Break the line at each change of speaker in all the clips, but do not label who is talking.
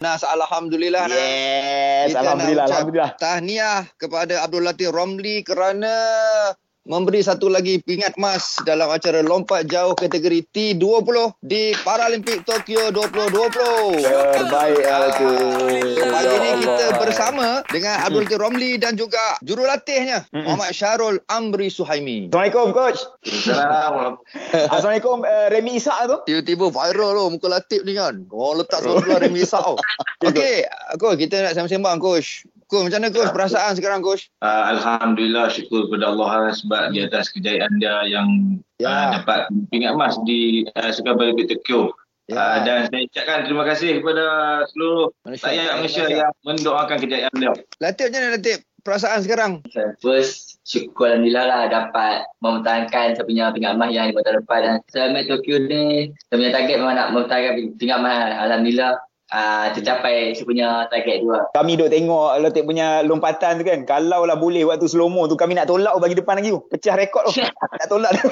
Nas Alhamdulillah Nas.
Yes,
Kita
alhamdulillah,
nak ucap-
alhamdulillah.
Tahniah kepada Abdul Latif Romli kerana memberi satu lagi pingat emas dalam acara lompat jauh kategori T20 di Paralimpik Tokyo 2020.
Terbaik aku.
Pagi
Ya
ini Ah, kita
Allah.
bersama dengan Abdul Latif Romli dan juga jurulatihnya
Mm-mm.
Muhammad Syarul Amri Suhaimi.
Assalamualaikum coach. Assalamualaikum uh, Remy Ishak tu.
Tiba-tiba viral tu muka Latif ni kan. Orang letak satu keluar dari misak tau. Okey, coach kita nak sembang-sembang coach. Coach macam mana coach perasaan sekarang coach?
Uh, Alhamdulillah syukur kepada Allah lah sebab di atas kejayaan dia yang
Ya.
ya. uh, dapat pingat emas di uh, Sukan Paralimpik Tokyo. Ya. Uh, dan saya ucapkan terima kasih kepada seluruh rakyat Malaysia yang mendoakan kejayaan dia.
Latif macam mana Latif? Perasaan sekarang?
First, syukur Alhamdulillah lah dapat mempertahankan saya punya pingat emas yang lima tahun lepas dan selamat Tokyo ni saya punya target memang nak mempertahankan ping- pingat emas Alhamdulillah uh, tercapai saya punya target lah. dua
Kami duk tengok Lotek punya lompatan tu kan. Kalau lah boleh waktu slow mo tu kami nak tolak bagi depan lagi tu. Pecah rekod tu. nak tolak tu.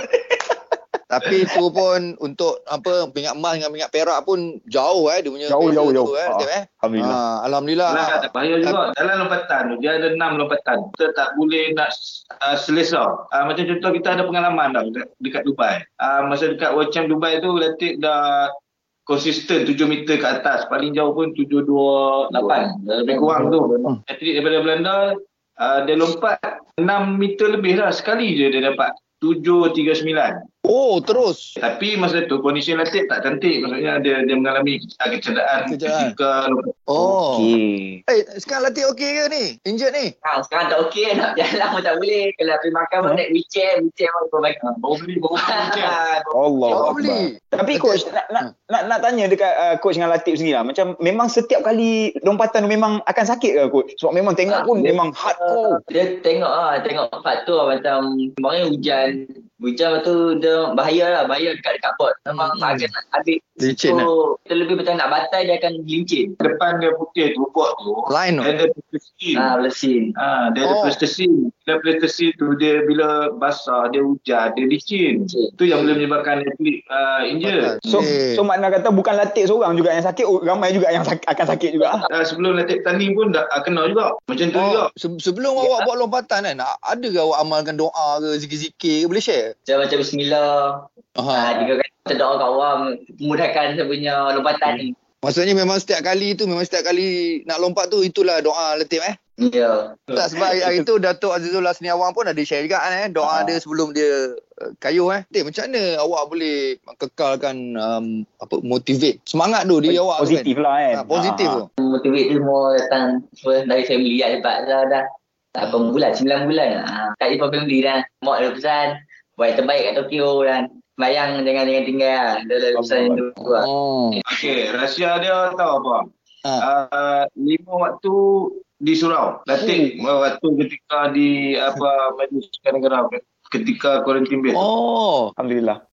Tapi tu pun untuk apa pingat emas dengan pingat perak pun jauh eh dia punya
Jauh,
beza
jauh,
tu,
jauh.
eh, Latif, eh.
Alhamdulillah.
Ha, alhamdulillah.
Nah, Lah, tak bahaya juga. Dalam lompatan tu, dia ada enam lompatan. Kita tak boleh nak uh, selesa. Uh, macam contoh kita ada pengalaman dah dekat, dekat Dubai. Uh, masa dekat World Champ Dubai tu, Latif dah konsisten 7 meter ke atas. Paling jauh pun 728. Dah Lebih kurang tu. Hmm. Atlet daripada Belanda, uh, dia lompat 6 meter lebih lah. Sekali je dia dapat. 739.
Oh, terus.
Tapi masa tu kondisi Latif tak cantik. Maksudnya dia, dia mengalami uh, kecederaan
Kecederaan.
ketika lompatan.
Oh. Okay.
Okey.
Eh, sekarang Latif okey ke ni? Injured ni?
ha, sekarang tak okey nak jalan pun tak boleh kalau pergi makan pun naik wheelchair wheelchair pun boleh pakai
Baru beli, baru beli macam.
Allah.
Oh,
Akbar.
beli.
Tapi coach nak nak, nak nak tanya dekat uh, coach dengan Latif sendiri lah. Macam memang setiap kali lompatan tu memang akan sakit ke coach? Sebab memang tengok
Ah,
pun
dia-
memang hardcore.
dia tengok ah tengok faktor macam kemarin hujan hujan lepas tu dia bahaya lah bahaya dekat dekat pot memang
Hmm.
akan nak habis
Licin lah.
so kita lebih macam nak batai dia akan lincin
depan dia putih tu bot tu
Lain tu.
dia ada prestasi
ah lesin
ha, dia ada
Oh.
prestasi dia prestasi tu dia bila basah dia hujan dia licin
Licin.
tu yang boleh menyebabkan atlet uh, injur
So
Eh.
so makna kata bukan Latif seorang juga yang sakit, oh, ramai juga yang sak- akan sakit juga. ah.
uh, sebelum letak tanding pun dah uh, kena juga macam tu
Oh,
juga
se- sebelum
Ya.
awak buat lompatan kan, a- ada ke awak amalkan doa ke, zikir-zikir ke? Boleh share?
Saya baca bismillah.
Ah,
Ha.
Ha.
Juga kan kita doa kat orang mudahkan saya punya lompatan ni.
Maksudnya memang setiap kali tu, memang setiap kali nak lompat tu, itulah doa Latif eh.
Ya.
Tak sebab hari, hari tu Datuk Azizullah Seniawang pun ada share juga kan eh doa
Ah.
dia sebelum dia uh, kayu eh. Tip macam mana awak boleh kekalkan um, apa motivate semangat tu diri awak tu
Positif lah kan.
kan. Ha, positif
Ah,
tu.
Motivate tu semua datang first dari family lah sebab dah dah tak berapa bulan, 9 bulan. Ha. Tak jumpa family dah. Mak dah pesan buat yang terbaik kat Tokyo dan bayang jangan jangan tinggal lah. Dah dah pesan yang tu lah.
Oh.
okey rahsia dia tahu apa
Ha.
Ah.
uh, lima waktu di surau
Hmm.
letik waktu ketika di apa majlis negara ketika quarantine base
Oh.
Alhamdulillah.